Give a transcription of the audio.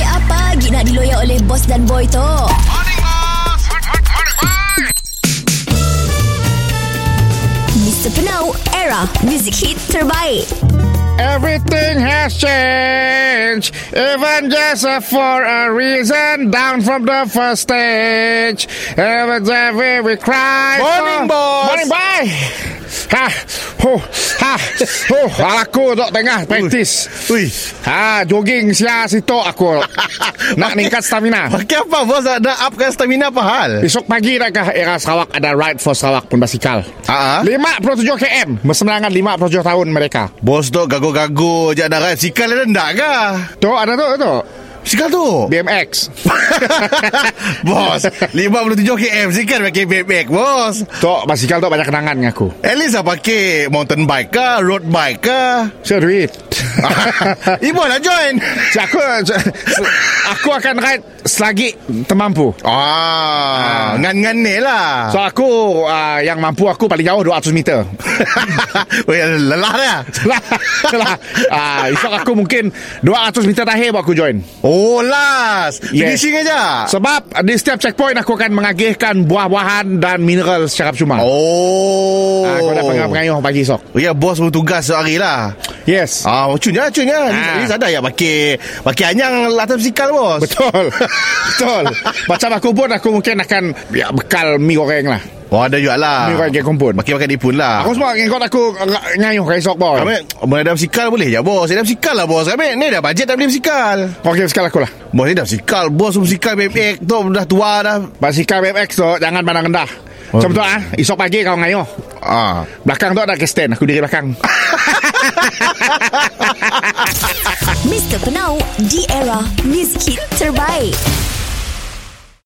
lagi nak diloyak oleh bos dan boy tu. Mr. Penau, era music hit terbaik. Everything has changed, even just uh, for a reason. Down from the first stage, every day we- we cry. Oh, Morning, boss. Morning, boy. Ha, ho, ha, ho. Hal Aku dok tengah praktis. Ui. Ha, jogging sia situ aku. Nak ningkat stamina. Pakai apa bos? Nak, nak upkan stamina apa hal? Esok pagi nakkah era Sarawak ada ride for Sarawak pun basikal. Ah, ah. 57 km Bersemenangan 57 tahun mereka Bos tu gago-gago je nak ride Sikal dia rendah ke? Tu ada tu tu Sikal tu? BMX bos, 57 km sikal pakai backpack bos. Tu basikal tu banyak kenangan dengan aku At least lah pakai mountain bike ke, road bike ke. Saya duit Ibu nak join. Si aku Aku akan ride Selagi termampu Ah, ngan-ngan ni lah. So aku uh, Yang mampu aku paling jauh 200 meter Oi, lelah dah. Lah, lah. Ah, esok aku mungkin 200 meter terakhir baru aku join Oh, last. Finishing aja. Sebab di setiap checkpoint aku akan mengagihkan buah-buahan dan mineral secara percuma Oh. Ah, Kau dah pengayuh pagi esok Oh, Ya bos bertugas sehari lah Yes Ah, oh, cun ya, cun ya. Ah. Dia sadar ya pakai pakai anyang latar sikal bos. Betul Betul Macam aku pun Aku mungkin akan ya, Bekal mi goreng lah Oh, ada juga lah. Mi goreng kek kumpul Pakai pakai dipun lah. Aku semua ngikut aku ng- Ngayuh ke esok boy Kami Boleh ada sikal boleh je bos Saya ada sikal lah bos Kami ni dah bajet tak beli sikal Okey sekali aku lah Bos ni dah sikal Bos pun sikal bebek tu Dah tua dah Basikal BMX tu Jangan pandang rendah Macam tu ah, Esok pagi kau ngayuh Ah, Belakang tu ada ke stand Aku diri belakang Mr. Penau, di era music hit terbaik.